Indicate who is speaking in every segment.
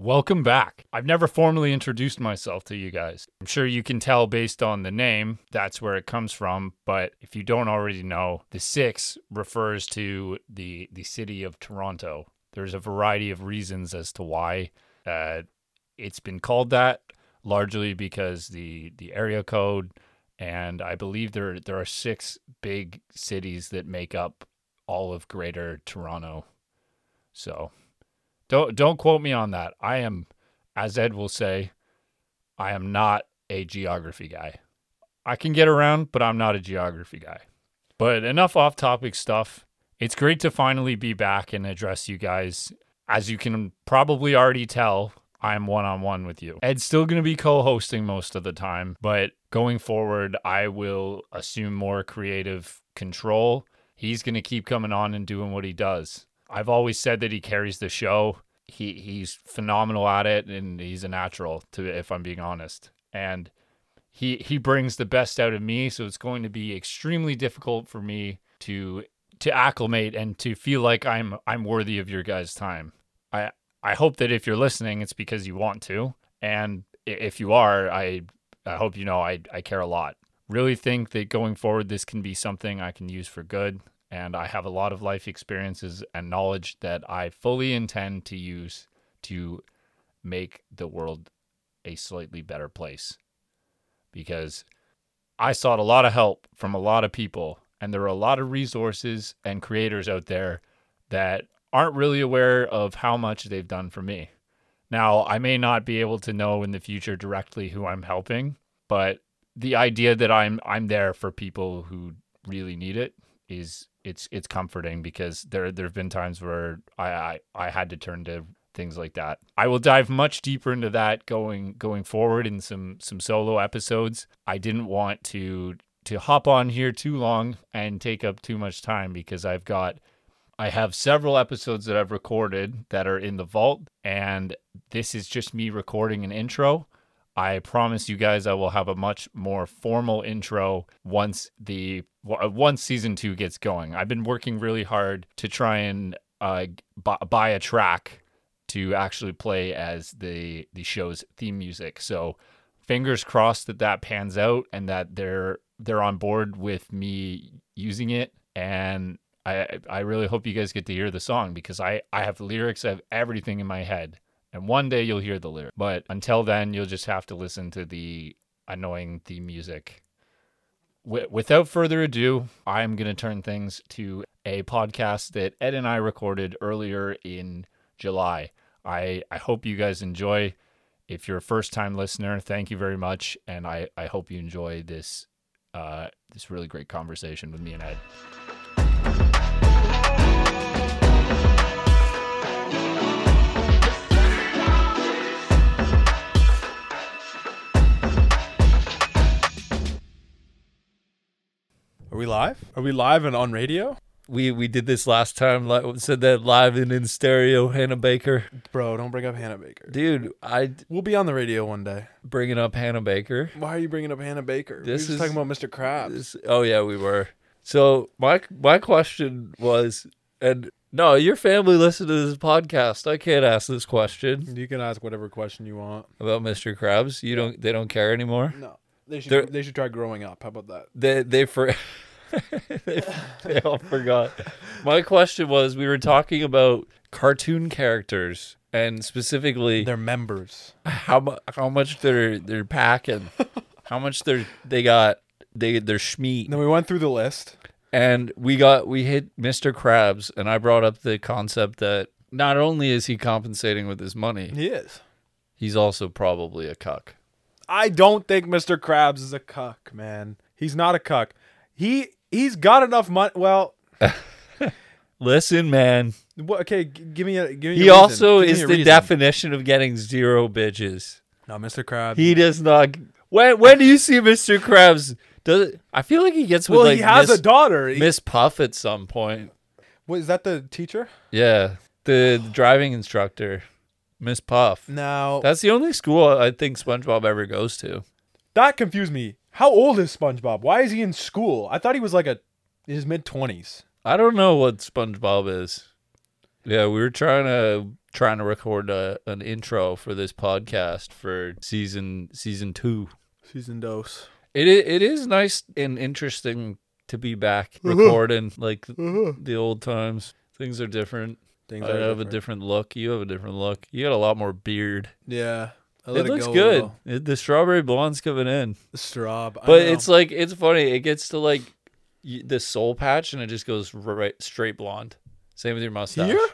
Speaker 1: Welcome back. I've never formally introduced myself to you guys. I'm sure you can tell based on the name, that's where it comes from, but if you don't already know, the 6 refers to the the city of Toronto. There's a variety of reasons as to why uh, it's been called that, largely because the the area code and I believe there there are 6 big cities that make up all of greater Toronto. So, don't don't quote me on that. I am, as Ed will say, I am not a geography guy. I can get around, but I'm not a geography guy. But enough off topic stuff. It's great to finally be back and address you guys. As you can probably already tell, I'm one on one with you. Ed's still going to be co hosting most of the time, but going forward, I will assume more creative control. He's going to keep coming on and doing what he does. I've always said that he carries the show. He he's phenomenal at it and he's a natural to if I'm being honest. And he he brings the best out of me, so it's going to be extremely difficult for me to to acclimate and to feel like I'm I'm worthy of your guys' time. I I hope that if you're listening, it's because you want to, and i- if you are, I I hope you know I I care a lot. Really think that going forward, this can be something I can use for good, and I have a lot of life experiences and knowledge that I fully intend to use to make the world a slightly better place. Because I sought a lot of help from a lot of people, and there are a lot of resources and creators out there that aren't really aware of how much they've done for me. Now, I may not be able to know in the future directly who I'm helping, but the idea that I'm I'm there for people who really need it is it's it's comforting because there there've been times where I, I I had to turn to things like that. I will dive much deeper into that going going forward in some some solo episodes. I didn't want to to hop on here too long and take up too much time because I've got I have several episodes that I've recorded that are in the vault, and this is just me recording an intro. I promise you guys I will have a much more formal intro once the w- uh, once season 2 gets going. I've been working really hard to try and uh, bu buy a track to actually play as the the show's theme music. So fingers crossed that that pans out and that they're they're on board with me using it and I I really hope you guys get to hear the song because I I have lyrics, I have everything in my head, and one day you'll hear the lyric. But until then, you'll just have to listen to the annoying theme music. Wi- without further ado, I am gonna turn things to a podcast that Ed and I recorded earlier in July. I I hope you guys enjoy. If you're a first time listener, thank you very much, and I I hope you enjoy this. Uh, this really great conversation with me and Ed.
Speaker 2: Are we live? Are we live and on radio?
Speaker 3: we we did this last time li- said that live and in stereo hannah baker
Speaker 2: Bro, don't bring up Hannah Baker.
Speaker 3: dude i
Speaker 2: We'll be on the radio one day.
Speaker 3: bringing up hannah baker
Speaker 2: Why are you bringing up Hannah Baker?
Speaker 3: This
Speaker 2: we were
Speaker 3: is-
Speaker 2: just talking about Mr. Krabs.
Speaker 3: This- oh yeah we were so my my question was and no your family listened to this podcast i can't ask this question
Speaker 2: you can ask whatever question you want.
Speaker 3: about mr krabs you don't they don't care anymore
Speaker 2: No, they should.
Speaker 3: There-
Speaker 2: They should try growing up. How about that?
Speaker 3: they they for they, they all forgot. My question was we were talking about cartoon characters and specifically
Speaker 2: They're members.
Speaker 3: how mu- how much they're they're packing, how much they're they got they their schmeat,
Speaker 2: Then we went through the list.
Speaker 3: and we got we hit Mr. Krabs, and I brought up the concept that not only is he compensating with his money,
Speaker 2: He is.
Speaker 3: he's also probably a cuck.
Speaker 2: I don't think Mr. Krabs is a cuck, man. He's not a cuck. He he's got enough money. Well,
Speaker 3: Listen, man,
Speaker 2: wha- okay. G- give me a. Give me a
Speaker 3: he
Speaker 2: reason.
Speaker 3: also
Speaker 2: Give me
Speaker 3: is
Speaker 2: a
Speaker 3: the
Speaker 2: reason.
Speaker 3: definition of getting zero bitches.
Speaker 2: No, Mr. Krabs.
Speaker 3: He does not. When when do you see Mr. Krabs? Does I feel like he gets with
Speaker 2: well,
Speaker 3: like
Speaker 2: he has
Speaker 3: Miss,
Speaker 2: a daughter. He,
Speaker 3: Miss Puff at some point.
Speaker 2: what, is that the teacher?
Speaker 3: Yeah, the driving instructor, Miss Puff.
Speaker 2: No,
Speaker 3: That's the only school I think SpongeBob ever goes to.
Speaker 2: That confused me. How old is SpongeBob? Why is he in school? I thought he was like a in his mid twenties.
Speaker 3: I don't know what SpongeBob is. Yeah, we were trying to trying to record a, an intro for this podcast for season season two.
Speaker 2: Season dose.
Speaker 3: It i- it is nice and interesting to be back recording like the old times. Things are different.
Speaker 2: Things
Speaker 3: I have a different look. You have a different look. You got a lot more beard.
Speaker 2: Yeah. I
Speaker 3: It,
Speaker 2: let
Speaker 3: looks
Speaker 2: go a
Speaker 3: good.
Speaker 2: little.
Speaker 3: It, the strawberry blonde's coming in,
Speaker 2: Straw. I
Speaker 3: but
Speaker 2: know.
Speaker 3: it's like it's funny. It gets to like y- the soul patch, and it just goes right straight blonde. Same with your mustache.
Speaker 2: here.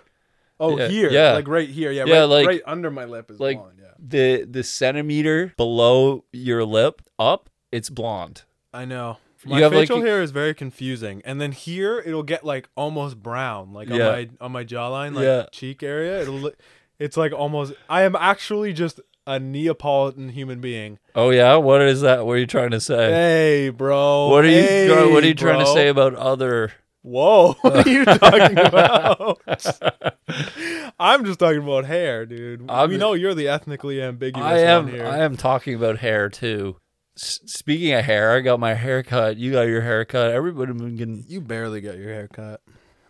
Speaker 2: Oh,
Speaker 3: Yeah,
Speaker 2: here.
Speaker 3: yeah.
Speaker 2: Like right here. Yeah.
Speaker 3: Yeah,
Speaker 2: right,
Speaker 3: like-
Speaker 2: right under my lip is
Speaker 3: like-
Speaker 2: blonde. Yeah.
Speaker 3: the the centimeter below your lip up, it's blonde.
Speaker 2: I know.
Speaker 3: You
Speaker 2: My
Speaker 3: have, like,
Speaker 2: facial
Speaker 3: a-
Speaker 2: hair is very confusing, and then here it'll get like almost brown, like
Speaker 3: Yeah.
Speaker 2: on my on my jawline, like
Speaker 3: Yeah.
Speaker 2: cheek area. It'll look, it's like almost. I am actually just a Neapolitan human being.
Speaker 3: Oh yeah, what is that? What are you trying to say?
Speaker 2: Hey, bro.
Speaker 3: what are you
Speaker 2: Hey,
Speaker 3: try- What are you trying to
Speaker 2: bro.
Speaker 3: say about other?
Speaker 2: Whoa, what are you talking about? I'm just talking about hair, dude.
Speaker 3: I'm-
Speaker 2: we know you're the ethnically ambiguous
Speaker 3: I am.
Speaker 2: one here.
Speaker 3: I am talking about hair too. S- speaking of hair, I got my haircut. You got your haircut. Everybody been getting.
Speaker 2: you barely got your hair cut.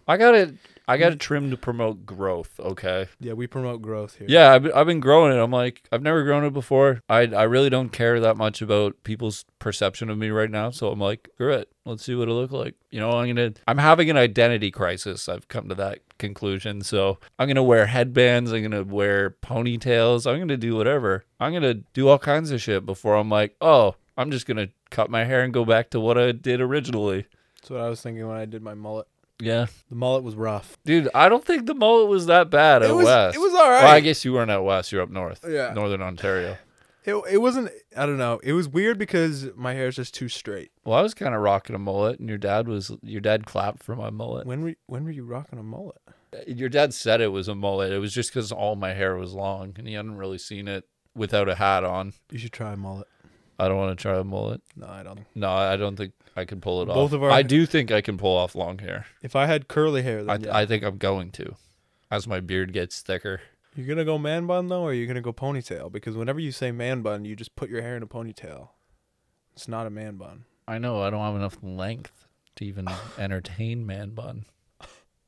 Speaker 3: I got it. I got it trimmed to promote growth. Okay.
Speaker 2: Yeah, we promote growth here.
Speaker 3: Yeah, I've, been- I've been growing it. I'm like, I've never grown it before. I I really don't care that much about people's perception of me right now. So I'm like, screw it. Let's see what it look like. You know, I'm gonna. I'm having an identity crisis. I've come to that conclusion. So I'm gonna wear headbands. I'm gonna wear ponytails. I'm gonna do whatever. I'm gonna do all kinds of shit before I'm like, oh, I'm just gonna cut my hair and go back to what I did originally.
Speaker 2: That's what I was thinking when I did my mullet.
Speaker 3: Yeah,
Speaker 2: The mullet was rough.
Speaker 3: dude. I don't think the mullet was that bad
Speaker 2: It
Speaker 3: out
Speaker 2: was,
Speaker 3: west.
Speaker 2: it was all right.
Speaker 3: Well, I guess you weren't out west. You're up north.
Speaker 2: Yeah.
Speaker 3: Northern Ontario.
Speaker 2: It, it wasn't. I don't know. It was weird because my hair is just too straight.
Speaker 3: Well, I was kind of rocking a mullet, and your dad was your dad clapped for my mullet.
Speaker 2: When were when were you rocking a mullet?
Speaker 3: Your dad said it was a mullet. It was just because all my hair was long, and he hadn't really seen it without a hat on.
Speaker 2: You should try a mullet.
Speaker 3: I don't want to try a mullet.
Speaker 2: No, I don't.
Speaker 3: No, I don't think I can pull it off.
Speaker 2: Both of our-
Speaker 3: I do think I can pull off long hair.
Speaker 2: If I had curly hair,
Speaker 3: I,
Speaker 2: then yeah.
Speaker 3: I think I'm going to, as my beard gets thicker.
Speaker 2: you're gonna go man bun though, or you're gonna go ponytail? Because whenever you say man bun, you just put your hair in a ponytail. It's not a man bun.
Speaker 3: I know I don't have enough length to even entertain man bun.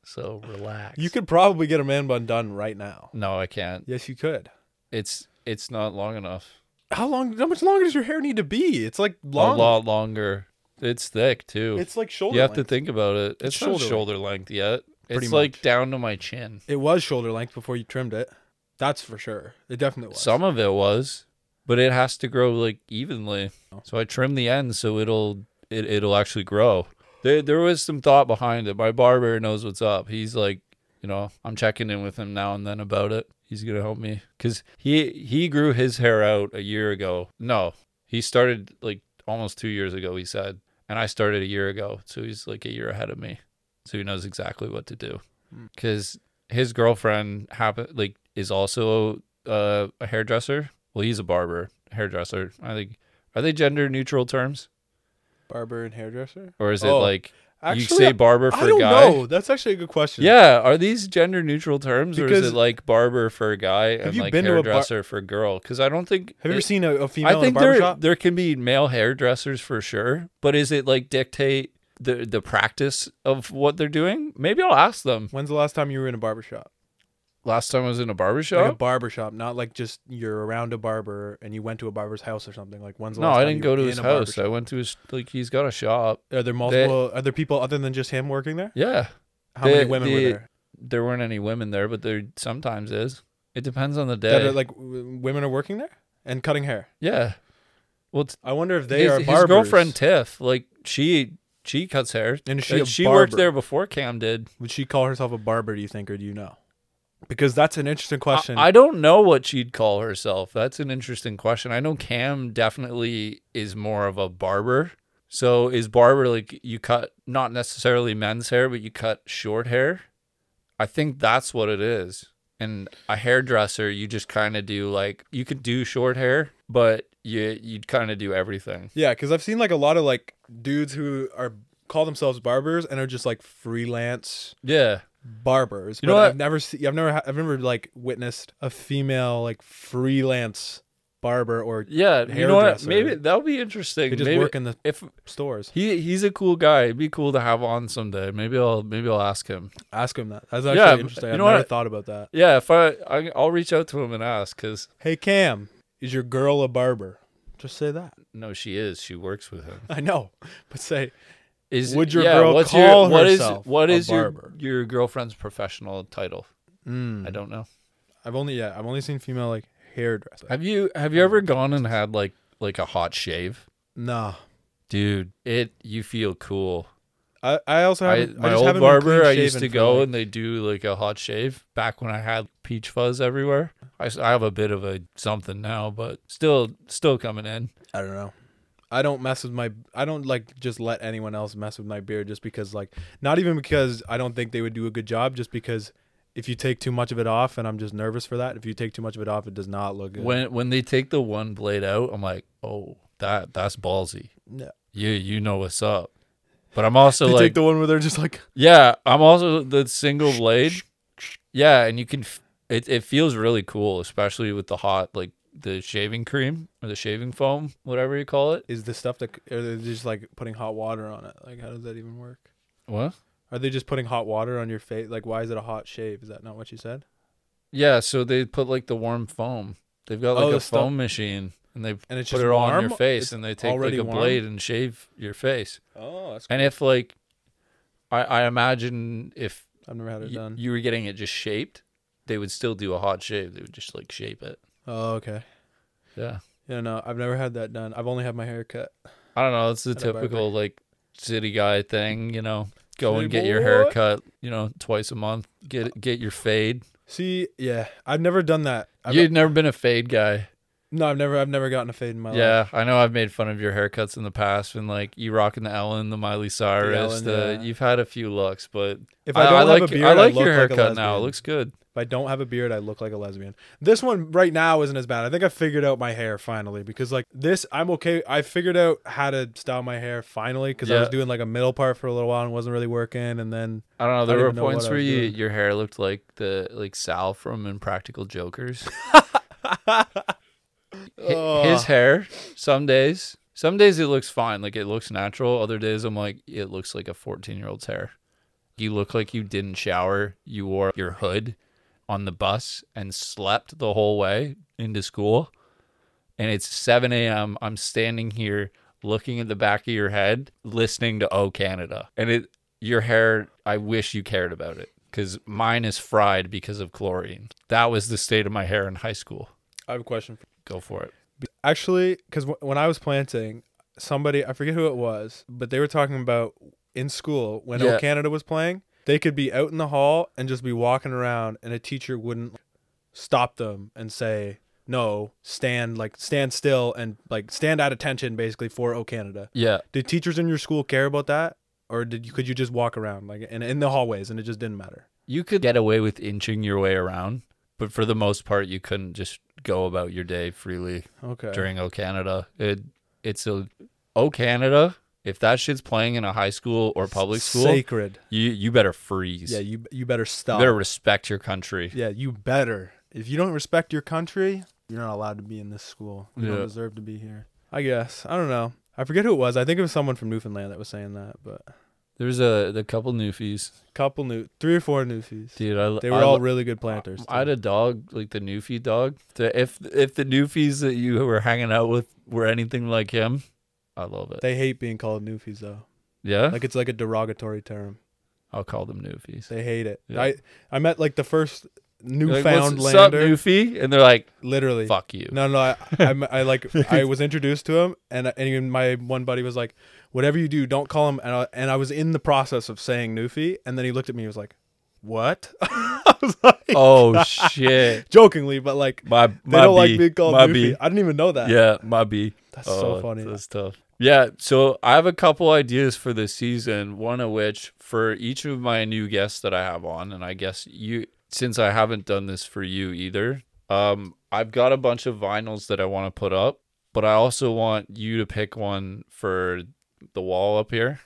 Speaker 3: So relax.
Speaker 2: You could probably get a man bun done right now.
Speaker 3: No, I can't.
Speaker 2: Yes, you could.
Speaker 3: It's it's not long enough.
Speaker 2: How long? How much longer does your hair need to be? It's like long.
Speaker 3: A lot longer. It's thick too.
Speaker 2: It's like shoulder.
Speaker 3: you have
Speaker 2: length.
Speaker 3: to think about it. It's,
Speaker 2: It's
Speaker 3: not shoulder,
Speaker 2: shoulder
Speaker 3: length yet.
Speaker 2: Pretty
Speaker 3: it's like
Speaker 2: much.
Speaker 3: down to my chin.
Speaker 2: It was shoulder length before you trimmed it. That's for sure. It definitely was.
Speaker 3: Some of it was, but it has to grow like evenly. So I trim the ends so it'll it, it'll actually grow. There there was some thought behind it. My barber knows what's up. He's like, you know, I'm checking in with him now and then about it. He's gonna help me because he he grew his hair out a year ago. No, he started like almost two years ago. He said, and I started a year ago, so he's like a year ahead of me. So he knows exactly what to do
Speaker 2: Hmm.
Speaker 3: because his girlfriend happen like is also uh, a hairdresser. Well, he's a barber, hairdresser. I think are they gender neutral terms,
Speaker 2: barber and hairdresser.
Speaker 3: or is it
Speaker 2: Oh,
Speaker 3: like
Speaker 2: Actually,
Speaker 3: you say barber for
Speaker 2: I don't
Speaker 3: guy?
Speaker 2: know. That's actually a good question.
Speaker 3: Yeah, are these gender neutral terms, or is
Speaker 2: Because-
Speaker 3: it like barber for a guy and
Speaker 2: Have you
Speaker 3: like
Speaker 2: been to a bar-
Speaker 3: hairdresser for a girl? Because I don't think
Speaker 2: Have you
Speaker 3: it-
Speaker 2: ever seen a, a female
Speaker 3: I think
Speaker 2: in a
Speaker 3: there
Speaker 2: barbershop?
Speaker 3: there can be male hairdressers for sure, but is it like dictate the the practice of what they're doing? Maybe I'll ask them.
Speaker 2: When's the last time you were in a barbershop?
Speaker 3: Last time I was in a barber
Speaker 2: Like a
Speaker 3: shop.
Speaker 2: barbershop, not like just you're around a barber and you went to a barber's house or something. Like when's the
Speaker 3: no,
Speaker 2: last
Speaker 3: I
Speaker 2: time
Speaker 3: didn't
Speaker 2: you
Speaker 3: go to
Speaker 2: were
Speaker 3: his
Speaker 2: in a
Speaker 3: house. I
Speaker 2: barbershop?
Speaker 3: went to his like he's got a shop.
Speaker 2: Are there multiple? are there people other than just him working there?
Speaker 3: Yeah,
Speaker 2: How
Speaker 3: the-
Speaker 2: many women were
Speaker 3: the-
Speaker 2: there?
Speaker 3: there weren't any women there, but there sometimes is. It depends on the
Speaker 2: That
Speaker 3: day.
Speaker 2: are, like w- women are working there and cutting hair.
Speaker 3: yeah. Well, t-
Speaker 2: I wonder if they
Speaker 3: his,
Speaker 2: are
Speaker 3: his
Speaker 2: barbers.
Speaker 3: girlfriend Tiff, like she she cuts hair.
Speaker 2: And is she
Speaker 3: Uh,
Speaker 2: a
Speaker 3: she worked
Speaker 2: barber?
Speaker 3: there before Cam did.
Speaker 2: Would she call herself a barber? Do you think, or do you know? Because that's an interesting
Speaker 3: I-
Speaker 2: question.
Speaker 3: I, don't know what she'd call herself. That's an interesting question. I know Cam definitely is more of a barber. So is barber like you cut not necessarily men's hair, but you cut short hair? I think that's what it is. And a hairdresser, you just kind of do like you could do short hair, but you you'd kind of do everything.
Speaker 2: Yeah, because I've seen like a lot of like dudes who are call themselves barbers and are just like freelance
Speaker 3: Yeah.
Speaker 2: barbers.
Speaker 3: You
Speaker 2: but
Speaker 3: know what?
Speaker 2: I've never seen. I've never. ha- I've never like witnessed a female like freelance barber or
Speaker 3: Yeah, you know what?
Speaker 2: Hairdresser.
Speaker 3: Maybe that'll be interesting.
Speaker 2: they just
Speaker 3: Maybe
Speaker 2: work in the
Speaker 3: if
Speaker 2: stores.
Speaker 3: he he's a cool guy, it'd be cool to have on someday. Maybe I'll maybe I'll ask him.
Speaker 2: Ask him that. That's
Speaker 3: Yeah,
Speaker 2: actually interesting.
Speaker 3: you
Speaker 2: I've
Speaker 3: know
Speaker 2: never
Speaker 3: what?
Speaker 2: thought about that.
Speaker 3: Yeah, if I, I I'll reach out to him and ask because
Speaker 2: Hey Cam, is your girl a barber? Just say that.
Speaker 3: no, she is. She works with him.
Speaker 2: I know, but say
Speaker 3: Is
Speaker 2: Would your
Speaker 3: yeah,
Speaker 2: girl
Speaker 3: what's
Speaker 2: call
Speaker 3: your, what is-
Speaker 2: herself
Speaker 3: what
Speaker 2: a
Speaker 3: is your
Speaker 2: barber?
Speaker 3: your girlfriend's professional title? I don't know.
Speaker 2: "Hmm, I've only yeah, I've only seen female like hairdresser.
Speaker 3: Have you have you ever gone and had like like a hot shave?
Speaker 2: nah.
Speaker 3: Dude, it you feel cool.
Speaker 2: I, I also
Speaker 3: I,
Speaker 2: haven't, I
Speaker 3: my
Speaker 2: just
Speaker 3: old
Speaker 2: haven't been
Speaker 3: barber, I
Speaker 2: clean-shaven
Speaker 3: used to
Speaker 2: for,
Speaker 3: go
Speaker 2: like-
Speaker 3: and they do like a hot shave back when I had peach fuzz everywhere. I, s- I have a bit of a something now, but still still coming in.
Speaker 2: I don't know. I don't mess with my. I don't like just let anyone else mess with my beard just because like not even because I don't think they would do a good job. Just because if you take too much of it off, and I'm just nervous for that. If you take too much of it off, it does not look good.
Speaker 3: When when they take the one blade out, I'm like, "Oh, that that's ballsy."
Speaker 2: No.
Speaker 3: You you know what's up. But I'm also
Speaker 2: they
Speaker 3: like
Speaker 2: take the one where they're just like
Speaker 3: Yeah, I'm also the single blade. Yeah, and you can. f- It it feels really cool, especially with the hot like the shaving cream or the shaving foam, whatever you call it.
Speaker 2: is the stuff that are they just like putting hot water on it? Like how does that even work?
Speaker 3: What?
Speaker 2: Are they just putting hot water on your face? Like why is it a hot shave? Is that not what you said?
Speaker 3: Yeah, so they put like the warm foam. They've got like
Speaker 2: Oh,
Speaker 3: a
Speaker 2: the stuff-
Speaker 3: foam machine, and they
Speaker 2: And it's
Speaker 3: put
Speaker 2: just
Speaker 3: it all on your
Speaker 2: warm?
Speaker 3: face,
Speaker 2: It's
Speaker 3: and they take like
Speaker 2: already
Speaker 3: a
Speaker 2: warm?
Speaker 3: blade and shave your face.
Speaker 2: Oh, that's
Speaker 3: And if like, I I imagine if
Speaker 2: I've never had it
Speaker 3: y-
Speaker 2: done.
Speaker 3: you were getting it just shaped, they would still do a hot shave. They would just like shape it.
Speaker 2: oh, okay.
Speaker 3: Yeah.
Speaker 2: Yeah, no, I've never had that done. I've only had my hair cut.
Speaker 3: I don't know. It's the
Speaker 2: At a barber.
Speaker 3: typical like city guy thing, you know. Go
Speaker 2: City
Speaker 3: and get your
Speaker 2: boy.
Speaker 3: hair cut, you know, twice a month. Get get your fade.
Speaker 2: See, yeah, I've never done that. I've
Speaker 3: You've never been a fade guy.
Speaker 2: No, I've never I've never gotten a fade in my life.
Speaker 3: Yeah, I know. I've made fun of your haircuts in the past, and like you rocking the Ellen, the Miley Cyrus.
Speaker 2: Ellen,
Speaker 3: The,
Speaker 2: yeah.
Speaker 3: You've had a few looks, but
Speaker 2: If I don't have
Speaker 3: like
Speaker 2: a beard,
Speaker 3: I like
Speaker 2: look
Speaker 3: your
Speaker 2: like a
Speaker 3: haircut now. It
Speaker 2: lesbian.
Speaker 3: looks good.
Speaker 2: If I don't have a beard, I look like a lesbian. This one right now isn't as bad. I think I figured out my hair finally because like this, I'm okay. I figured out how to style my hair finally because I was
Speaker 3: Yeah.
Speaker 2: doing like a middle part for a little while and wasn't really working. And then
Speaker 3: I don't know. There
Speaker 2: don't
Speaker 3: were
Speaker 2: even know what
Speaker 3: points
Speaker 2: I
Speaker 3: where
Speaker 2: was
Speaker 3: you
Speaker 2: doing.
Speaker 3: your hair looked like the like Sal from Impractical Jokers. Hi-
Speaker 2: Ugh.
Speaker 3: His hair, some days, some days it looks fine, like it looks natural. Other days I'm like, it looks like a 14 year old's hair. You look like you didn't shower. You wore your hood on the bus and slept the whole way into school. And it's 7 a.m. I'm standing here looking at the back of your head, listening to Oh Canada. And it, your hair, I wish you cared about it because mine is fried because of chlorine. That was the state of my hair in high school.
Speaker 2: I have a question.
Speaker 3: Go for it.
Speaker 2: Actually, because w- when I was planting, somebody I forget who it was, but they were talking about in school when
Speaker 3: Yeah.
Speaker 2: O Canada was playing, they could be out in the hall and just be walking around, and a teacher wouldn't stop them and say no, stand like stand still and like stand at attention basically for O Canada.
Speaker 3: Yeah.
Speaker 2: Did teachers in your school care about that, or did you could you just walk around like and in the hallways and it just didn't matter?
Speaker 3: you could get away with inching your way around, but for the most part, you couldn't just go about your day freely
Speaker 2: Okay.
Speaker 3: during O Canada. It it's a O Canada. If that shit's playing in a high school or public school,
Speaker 2: Sacred.
Speaker 3: you you better freeze.
Speaker 2: Yeah,
Speaker 3: you
Speaker 2: you you better stop.
Speaker 3: better respect your country.
Speaker 2: Yeah, you better. If you don't respect your country, you're not allowed to be in this school. You
Speaker 3: Yeah.
Speaker 2: don't deserve to be here. I guess. I don't know. I forget who it was. I think it was someone from Newfoundland that was saying that, but
Speaker 3: There's a the couple newfies,
Speaker 2: couple new three or four newfies.
Speaker 3: dude. I
Speaker 2: They were
Speaker 3: I,
Speaker 2: all really good planters.
Speaker 3: I had
Speaker 2: too.
Speaker 3: a dog like the newfie dog. The, if if the newfies that you were hanging out with were anything like him, I love it.
Speaker 2: they hate being called newfies though.
Speaker 3: yeah,
Speaker 2: Like it's like a derogatory term.
Speaker 3: I'll call them newfies.
Speaker 2: They hate it.
Speaker 3: Yeah.
Speaker 2: I I met like the first
Speaker 3: Like, what's-
Speaker 2: Newfoundlander
Speaker 3: sup, newfie, and they're like,
Speaker 2: literally.
Speaker 3: "Fuck you."
Speaker 2: No, no, I, I'm, I like I was introduced to him, and and even my one buddy was like, "Whatever you do, don't call him." And I, and I was in the process of saying Newfie, and then he looked at me, and was like, "What?" I was like,
Speaker 3: Oh shit.
Speaker 2: jokingly, but like they
Speaker 3: My my
Speaker 2: don't
Speaker 3: bee.
Speaker 2: like being called
Speaker 3: my
Speaker 2: Newfie.
Speaker 3: bee.
Speaker 2: I didn't even know that.
Speaker 3: Yeah, my bee.
Speaker 2: that's
Speaker 3: Oh,
Speaker 2: so funny.
Speaker 3: That's tough. Yeah, so I have a couple ideas for this season. One of which for each of my new guests that I have on, and I guess you since I haven't done this for you either. Um, I've got a bunch of vinyls that I want to put up, but I also want you to pick one for the wall up here.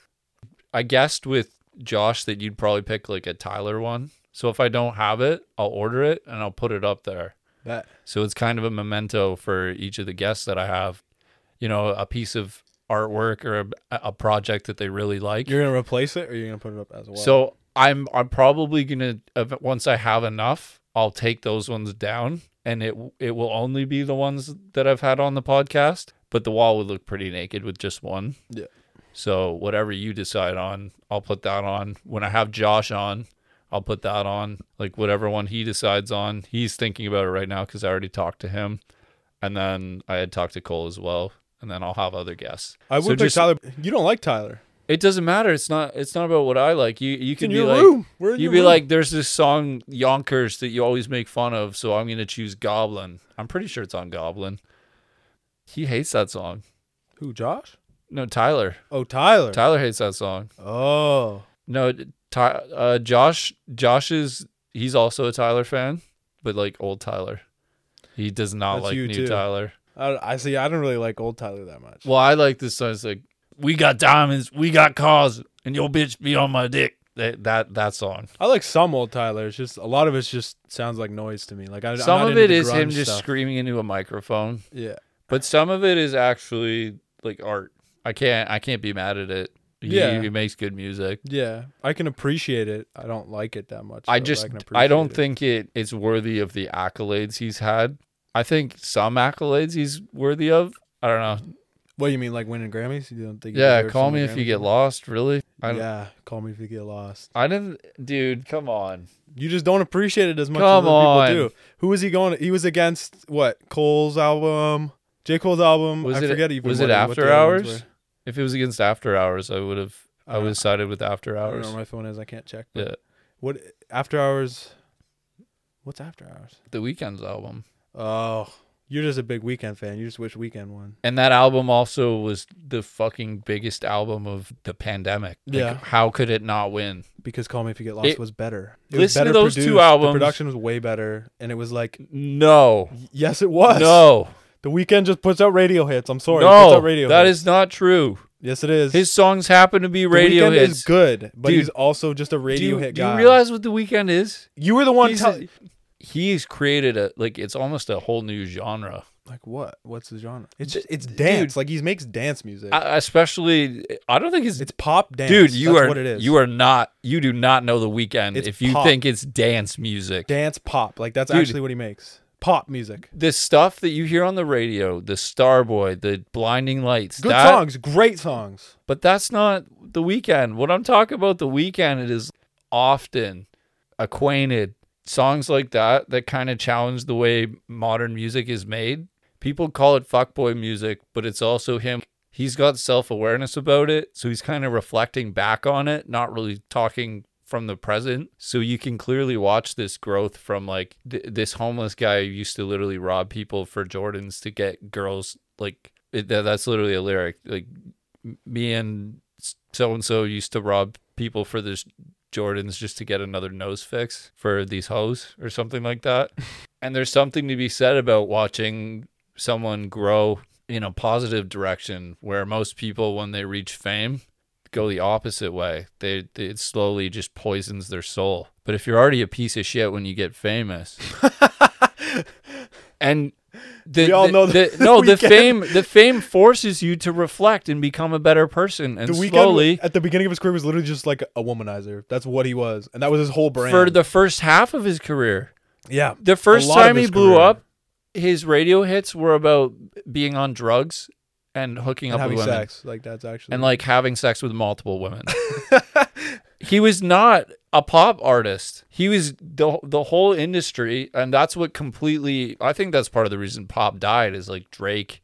Speaker 3: I guessed with Josh that you'd probably pick like a Tyler one. So if I don't have it, I'll order it and I'll put it up there.
Speaker 2: That
Speaker 3: So it's kind of a memento for each of the guests that I have, you know, a piece of artwork or a, a project that they really like.
Speaker 2: you're gonna replace it, or you're gonna put it up as well.
Speaker 3: So I'm I'm probably gonna ev- once I have enough, I'll take those ones down, and it it will only be the ones that I've had on the podcast. But the wall would look pretty naked with just one.
Speaker 2: Yeah.
Speaker 3: So whatever you decide on, I'll put that on. When I have Josh on, I'll put that on. Like whatever one he decides on, he's thinking about it right now because I already talked to him, and then I had talked to Cole as well, and then I'll have other guests.
Speaker 2: I would
Speaker 3: So
Speaker 2: pick Tyler. You don't like Tyler.
Speaker 3: it doesn't matter. It's not. It's not about what I like. You you
Speaker 2: It's in
Speaker 3: could be
Speaker 2: your
Speaker 3: like
Speaker 2: room. We're in
Speaker 3: you'd
Speaker 2: your
Speaker 3: be
Speaker 2: room.
Speaker 3: like, there's this song Yonkers that you always make fun of, so I'm gonna choose Goblin. I'm pretty sure it's on Goblin. He hates that song.
Speaker 2: who? Josh?
Speaker 3: No, Tyler.
Speaker 2: Oh, Tyler.
Speaker 3: Tyler hates that song.
Speaker 2: oh,
Speaker 3: No, Ty, uh, Josh. Josh is he's also a Tyler fan, but like old Tyler. He does not
Speaker 2: That's
Speaker 3: like
Speaker 2: you
Speaker 3: new
Speaker 2: too.
Speaker 3: Tyler.
Speaker 2: I, I see. I don't really like old Tyler that much.
Speaker 3: Well, I like this song. It's like we got diamonds, we got cars, and your bitch be on my dick. That that that song.
Speaker 2: I like some old Tyler. It's just a lot of it just sounds like noise to me. Like I,
Speaker 3: some
Speaker 2: I'm not
Speaker 3: of
Speaker 2: into
Speaker 3: it
Speaker 2: the
Speaker 3: is him
Speaker 2: grunge
Speaker 3: just
Speaker 2: stuff.
Speaker 3: screaming into a microphone
Speaker 2: yeah.
Speaker 3: but some of it is actually like art i can't i can't be mad at it he,
Speaker 2: Yeah.
Speaker 3: he makes good music
Speaker 2: Yeah, I can appreciate it. I don't like it that much.
Speaker 3: i
Speaker 2: but
Speaker 3: just
Speaker 2: can
Speaker 3: i,
Speaker 2: appreciate
Speaker 3: don't
Speaker 2: it.
Speaker 3: think it it's worthy of the accolades he's had i think some accolades he's worthy of i don't know
Speaker 2: What do you mean, like winning Grammys? You don't think? he
Speaker 3: yeah
Speaker 2: deserves
Speaker 3: call
Speaker 2: some
Speaker 3: me if you
Speaker 2: Grammys?
Speaker 3: get lost really i don't
Speaker 2: Yeah, call me if you get lost.
Speaker 3: I didn't, dude. Come on.
Speaker 2: You just don't appreciate it as much
Speaker 3: Come
Speaker 2: as other people
Speaker 3: on.
Speaker 2: do. Who was he going? He was against what Cole's album, J Cole's album.
Speaker 3: Was
Speaker 2: I
Speaker 3: it-
Speaker 2: forget even.
Speaker 3: was
Speaker 2: what
Speaker 3: it
Speaker 2: what the
Speaker 3: After
Speaker 2: other ones
Speaker 3: Hours?
Speaker 2: were.
Speaker 3: If it was against After Hours, I would have.
Speaker 2: I
Speaker 3: I
Speaker 2: don't
Speaker 3: would
Speaker 2: know.
Speaker 3: have sided with After
Speaker 2: I don't know
Speaker 3: Hours.
Speaker 2: where my phone is. I can't check. but
Speaker 3: Yeah,
Speaker 2: What After Hours? What's After Hours?
Speaker 3: the Weekend's album.
Speaker 2: Oh, you're just a big Weekend fan. You just wish Weekend won.
Speaker 3: And that album also was the fucking biggest album of the pandemic. Like,
Speaker 2: Yeah.
Speaker 3: How could it not win?
Speaker 2: because Call Me If You Get Lost
Speaker 3: It-
Speaker 2: was better. was
Speaker 3: Listen to
Speaker 2: better
Speaker 3: those two
Speaker 2: produced.
Speaker 3: albums.
Speaker 2: The production was way better, and it was like,
Speaker 3: No.
Speaker 2: yes, it was.
Speaker 3: No.
Speaker 2: the weekend just puts out radio hits. I'm sorry, he puts
Speaker 3: no.
Speaker 2: out radio.
Speaker 3: that
Speaker 2: hits.
Speaker 3: is not true.
Speaker 2: yes, it is.
Speaker 3: His songs happen to be
Speaker 2: The
Speaker 3: radio
Speaker 2: Weeknd
Speaker 3: hits.
Speaker 2: is good, but
Speaker 3: Dude,
Speaker 2: he's also just a
Speaker 3: do
Speaker 2: radio
Speaker 3: you,
Speaker 2: hit
Speaker 3: do
Speaker 2: guy.
Speaker 3: you realize what the weekend is?
Speaker 2: You were the one.
Speaker 3: He's,
Speaker 2: telling
Speaker 3: he's created a like it's almost a whole new genre.
Speaker 2: like what? What's the genre? It's just it's dance. like he makes dance music.
Speaker 3: I, especially I don't think it's,
Speaker 2: it's pop dance.
Speaker 3: dude, you
Speaker 2: That's
Speaker 3: are
Speaker 2: what it is.
Speaker 3: you are not you do not know the weekend
Speaker 2: It's
Speaker 3: if you
Speaker 2: pop.
Speaker 3: think it's dance music.
Speaker 2: dance pop. Like that's
Speaker 3: Dude.
Speaker 2: actually what he makes. Pop music.
Speaker 3: the stuff that you hear on the radio, the Starboy, the blinding lights,
Speaker 2: Good
Speaker 3: that-
Speaker 2: songs. Great songs.
Speaker 3: But that's not the weekend. What I'm talking about the weekend it is often acquainted songs like that that kind of challenge the way modern music is made. People call it fuckboy music, but it's also him. He's got self-awareness about it, so he's kind of reflecting back on it, not really talking from the present. So you can clearly watch this growth from like th- this homeless guy who used to literally rob people for Jordans to get girls like it, that, that's literally a lyric like me and so and so used to rob people for this Jordans just to get another nose fix for these hoes or something like that. and there's something to be said about watching someone grow in a positive direction where most people when they reach fame go the opposite way. They, they it slowly just poisons their soul. But if you're already a piece of shit when you get famous, and the,
Speaker 2: We all
Speaker 3: the-
Speaker 2: know
Speaker 3: the-
Speaker 2: that
Speaker 3: no the
Speaker 2: Weeknd-
Speaker 3: fame the fame forces you to reflect and become a better person and
Speaker 2: The weekend
Speaker 3: slowly
Speaker 2: at the beginning of his career was literally just like a womanizer. That's what he was, and that was his whole brand.
Speaker 3: for the first half of his career.
Speaker 2: yeah,
Speaker 3: The first
Speaker 2: lot of
Speaker 3: time he
Speaker 2: his
Speaker 3: blew
Speaker 2: career.
Speaker 3: up, his radio hits were about being on drugs and hooking
Speaker 2: and
Speaker 3: up with
Speaker 2: having
Speaker 3: women.
Speaker 2: sex like that's actually
Speaker 3: and like having sex with multiple women. he was not a pop artist. He was the the whole industry, and that's what completely. I think that's part of the reason pop died is like Drake,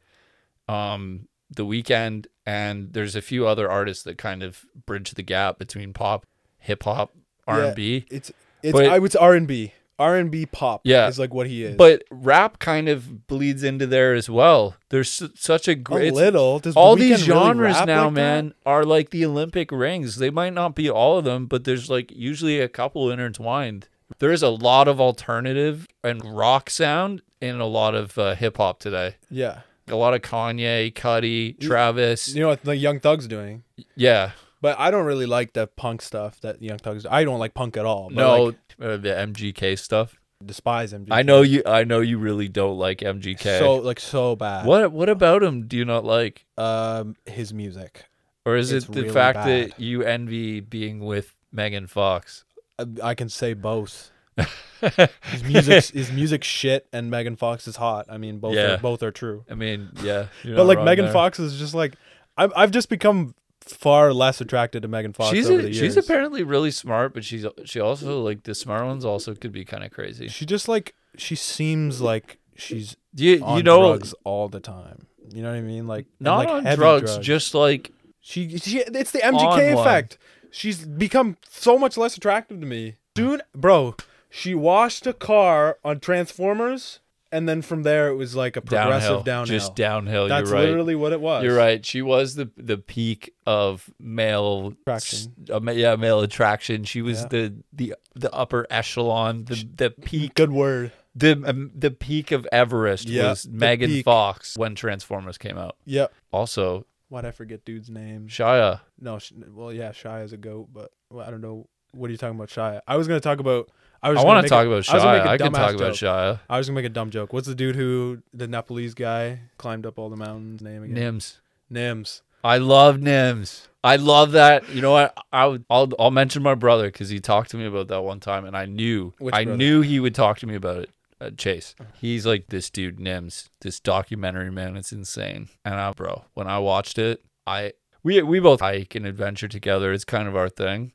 Speaker 3: um, The Weeknd, and there's a few other artists that kind of bridge the gap between pop, hip hop, R and B.
Speaker 2: It's it's
Speaker 3: But-
Speaker 2: I it's R and B, R and B pop.
Speaker 3: Yeah.
Speaker 2: is like what he is.
Speaker 3: But rap kind of bleeds into there as well. There's su- such a
Speaker 2: a
Speaker 3: great
Speaker 2: little. Does
Speaker 3: all
Speaker 2: Weeknd
Speaker 3: these
Speaker 2: really
Speaker 3: genres
Speaker 2: rap
Speaker 3: now,
Speaker 2: like that?
Speaker 3: man, are like the Olympic rings. They might not be all of them, but there's like usually a couple intertwined. There's a lot of alternative and rock sound and a lot of uh, hip hop today.
Speaker 2: Yeah,
Speaker 3: A lot of Kanye, Cudi, Travis.
Speaker 2: you know what the Young Thug's doing.
Speaker 3: Yeah.
Speaker 2: But I don't really like the punk stuff that Young Thug's. I don't like punk at all. But
Speaker 3: No,
Speaker 2: like,
Speaker 3: uh, the MGK stuff.
Speaker 2: despise MGK.
Speaker 3: I know you. I know you really don't like MGK.
Speaker 2: So uh, like so bad.
Speaker 3: what what about him do you not like,
Speaker 2: Um, his music.
Speaker 3: or is
Speaker 2: It's
Speaker 3: it the
Speaker 2: really
Speaker 3: fact
Speaker 2: bad.
Speaker 3: that you envy being with Megan Fox?
Speaker 2: I, I can say both. His music. his music shit, and Megan Fox is hot. I mean, both
Speaker 3: Yeah.
Speaker 2: are, both are true.
Speaker 3: I mean, yeah, you're
Speaker 2: but
Speaker 3: not
Speaker 2: like
Speaker 3: wrong
Speaker 2: Megan
Speaker 3: there.
Speaker 2: Fox is just like I've I've just become far less attracted to Megan Fox
Speaker 3: she's
Speaker 2: over
Speaker 3: a,
Speaker 2: the years.
Speaker 3: she's apparently really smart, but she's she also like the smart ones also could be kind of crazy.
Speaker 2: She just like she seems like she's
Speaker 3: You
Speaker 2: on
Speaker 3: you know
Speaker 2: drugs all the time. You know what I mean? Like and,
Speaker 3: not
Speaker 2: like,
Speaker 3: on
Speaker 2: heavy
Speaker 3: drugs, just like
Speaker 2: she, she it's the
Speaker 3: On
Speaker 2: MGK
Speaker 3: one.
Speaker 2: effect. She's become so much less attractive to me. Dude, bro, she washed a car on Transformers and then from there it was like a
Speaker 3: downhill,
Speaker 2: progressive downhill.
Speaker 3: just downhill.
Speaker 2: That's
Speaker 3: you're right.
Speaker 2: literally what it was.
Speaker 3: You're right. She was the the peak of male
Speaker 2: Attraction.
Speaker 3: s- uh, ma- yeah, male attraction. She was
Speaker 2: Yeah.
Speaker 3: the the the upper echelon, the the peak,
Speaker 2: E, Good word.
Speaker 3: the um, the peak of Everest
Speaker 2: Yeah,
Speaker 3: was
Speaker 2: the
Speaker 3: Megan
Speaker 2: peak.
Speaker 3: Fox when Transformers came out.
Speaker 2: Yep.
Speaker 3: Also,
Speaker 2: Why'd I forget dude's name?
Speaker 3: Shia.
Speaker 2: No, sh- well, yeah, Shia's a goat, but well, I don't know. What are you talking about, Shia? I was gonna talk about. I was.
Speaker 3: I
Speaker 2: gonna
Speaker 3: want to
Speaker 2: make
Speaker 3: talk
Speaker 2: a-
Speaker 3: about
Speaker 2: I was gonna
Speaker 3: Shia.
Speaker 2: make a
Speaker 3: I can
Speaker 2: dumbass
Speaker 3: talk about
Speaker 2: joke.
Speaker 3: Shia.
Speaker 2: I was gonna make a dumb joke. What's the dude who the Nepalese guy climbed up all the mountains? Name again?
Speaker 3: Nims.
Speaker 2: Nims.
Speaker 3: I love Nims. I love that. You know what? I would, I'll I'll mention my brother because he talked to me about that one time, and I knew
Speaker 2: Which
Speaker 3: I
Speaker 2: brother?
Speaker 3: knew he would talk to me about it. Uh, Chase, he's like this dude Nims, this documentary man. It's insane. And I, bro, when I watched it, I we we both hike and adventure together. It's kind of our thing.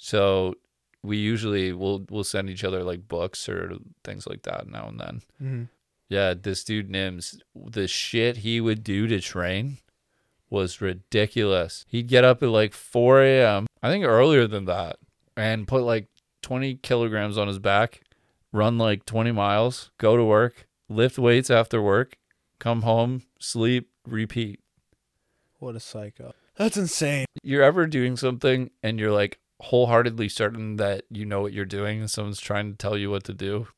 Speaker 3: So we usually will will send each other like books or things like that now and then.
Speaker 2: Mm-hmm.
Speaker 3: Yeah, this dude Nims, the shit he would do to train was ridiculous. He'd get up at like 4 a.m., I think earlier than that, and put like 20 kilograms on his back, run like 20 miles, go to work, lift weights after work, come home, sleep, repeat.
Speaker 2: What a psycho. That's insane.
Speaker 3: You're ever doing something and you're like wholeheartedly certain that you know what you're doing and someone's trying to tell you what to do.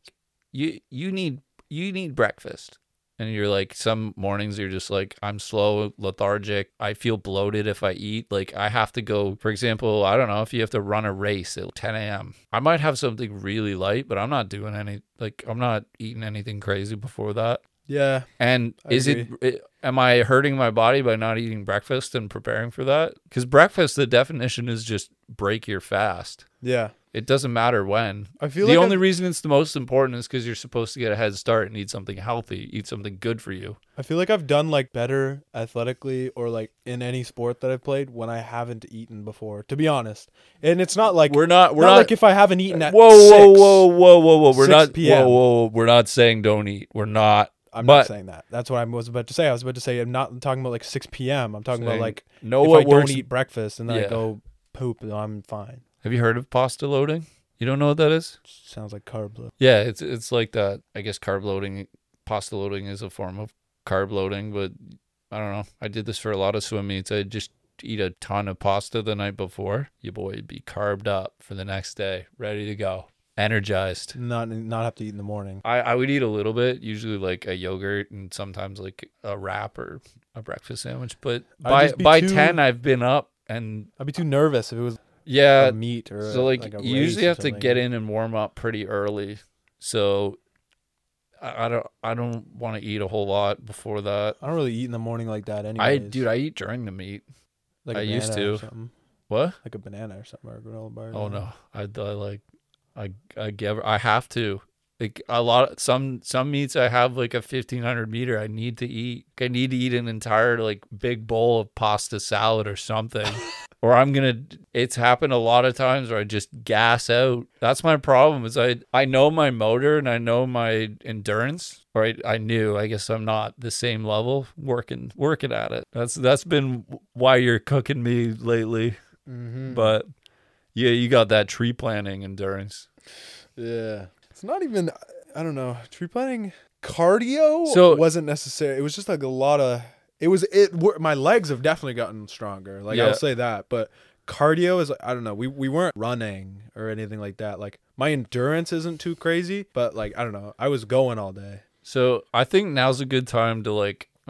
Speaker 3: You you need you need breakfast. and you're like some mornings you're just like i'm slow lethargic i feel bloated if i eat like i have to go for example i don't know if you have to run a race at 10 a.m i might have something really light but i'm not doing any like i'm not eating anything crazy before that
Speaker 2: Yeah.
Speaker 3: and
Speaker 2: I
Speaker 3: is it, it am i hurting my body by not eating breakfast and preparing for that because breakfast the definition is just break your fast
Speaker 2: Yeah.
Speaker 3: it doesn't matter when
Speaker 2: I feel
Speaker 3: the
Speaker 2: like
Speaker 3: only
Speaker 2: I've-
Speaker 3: reason it's the most important is because you're supposed to get a head start and eat something healthy, eat something good for you.
Speaker 2: I feel like I've done like better athletically or like in any sport that I've played when I haven't eaten before. To be honest, and it's not like
Speaker 3: We're not. We're
Speaker 2: not
Speaker 3: not.
Speaker 2: like if I haven't eaten at
Speaker 3: whoa, whoa,
Speaker 2: six.
Speaker 3: whoa, whoa, whoa, whoa.
Speaker 2: 6
Speaker 3: We're not. Whoa,
Speaker 2: PM.
Speaker 3: whoa, whoa. We're not saying don't eat. We're not.
Speaker 2: I'm not
Speaker 3: But-
Speaker 2: saying that. That's what I was about to say. I was about to say I'm not talking about like 6 p.m. I'm talking
Speaker 3: Saying
Speaker 2: about like
Speaker 3: know
Speaker 2: if
Speaker 3: Oh, what
Speaker 2: I
Speaker 3: works-
Speaker 2: don't eat breakfast and then
Speaker 3: Yeah.
Speaker 2: I go poop, then I'm fine.
Speaker 3: Have you heard of pasta loading? You don't know what that is?
Speaker 2: Sounds like carb load.
Speaker 3: Yeah, it's it's like that. I guess carb loading, pasta loading is a form of carb loading, but I don't know. I did this for a lot of swim meets. I just eat a ton of pasta the night before. Your boy would be carved up for the next day, ready to go, energized.
Speaker 2: Not not have to eat in the morning.
Speaker 3: I, I would eat a little bit, usually like a yogurt and sometimes like a wrap or a breakfast sandwich. But
Speaker 2: I'd
Speaker 3: by
Speaker 2: just be
Speaker 3: by
Speaker 2: too-
Speaker 3: ten, I've been up and
Speaker 2: I'd be too nervous if it was
Speaker 3: yeah.
Speaker 2: a meat or
Speaker 3: Uh, So
Speaker 2: a-
Speaker 3: like,
Speaker 2: a
Speaker 3: you
Speaker 2: race
Speaker 3: usually
Speaker 2: or
Speaker 3: have to
Speaker 2: something.
Speaker 3: get in and warm up pretty early. So I, I don't I don't want to eat a whole lot before that.
Speaker 2: I don't really eat in the morning like that anyway.
Speaker 3: I dude, I eat during the meat.
Speaker 2: like
Speaker 3: I
Speaker 2: a
Speaker 3: used
Speaker 2: banana or
Speaker 3: to.
Speaker 2: something.
Speaker 3: What?
Speaker 2: like a banana or something or a granola bar. or
Speaker 3: Oh
Speaker 2: something.
Speaker 3: no, I, I like I I give I have to. Like a lot some some meats I have like a fifteen hundred meter. I need to eat. I need to eat an entire like big bowl of pasta salad or something. or I'm gonna it's happened a lot of times where I just gas out. That's my problem is I I know my motor and I know my endurance. Or I, I knew. I guess I'm not the same level working working at it. That's that's been why you're cooking me lately.
Speaker 2: Mhm.
Speaker 3: But yeah, you got that tree planting endurance.
Speaker 2: Yeah. It's not even I don't know. Tree planting cardio
Speaker 3: So-
Speaker 2: wasn't necessary. It was just like a lot of it was it were- my legs have definitely gotten stronger. Like
Speaker 3: Yeah.
Speaker 2: I'll say that, but cardio is I don't know. We we weren't running or anything like that. Like my endurance isn't too crazy, but like I don't know. I was going all day.
Speaker 3: So I think now's a good time to like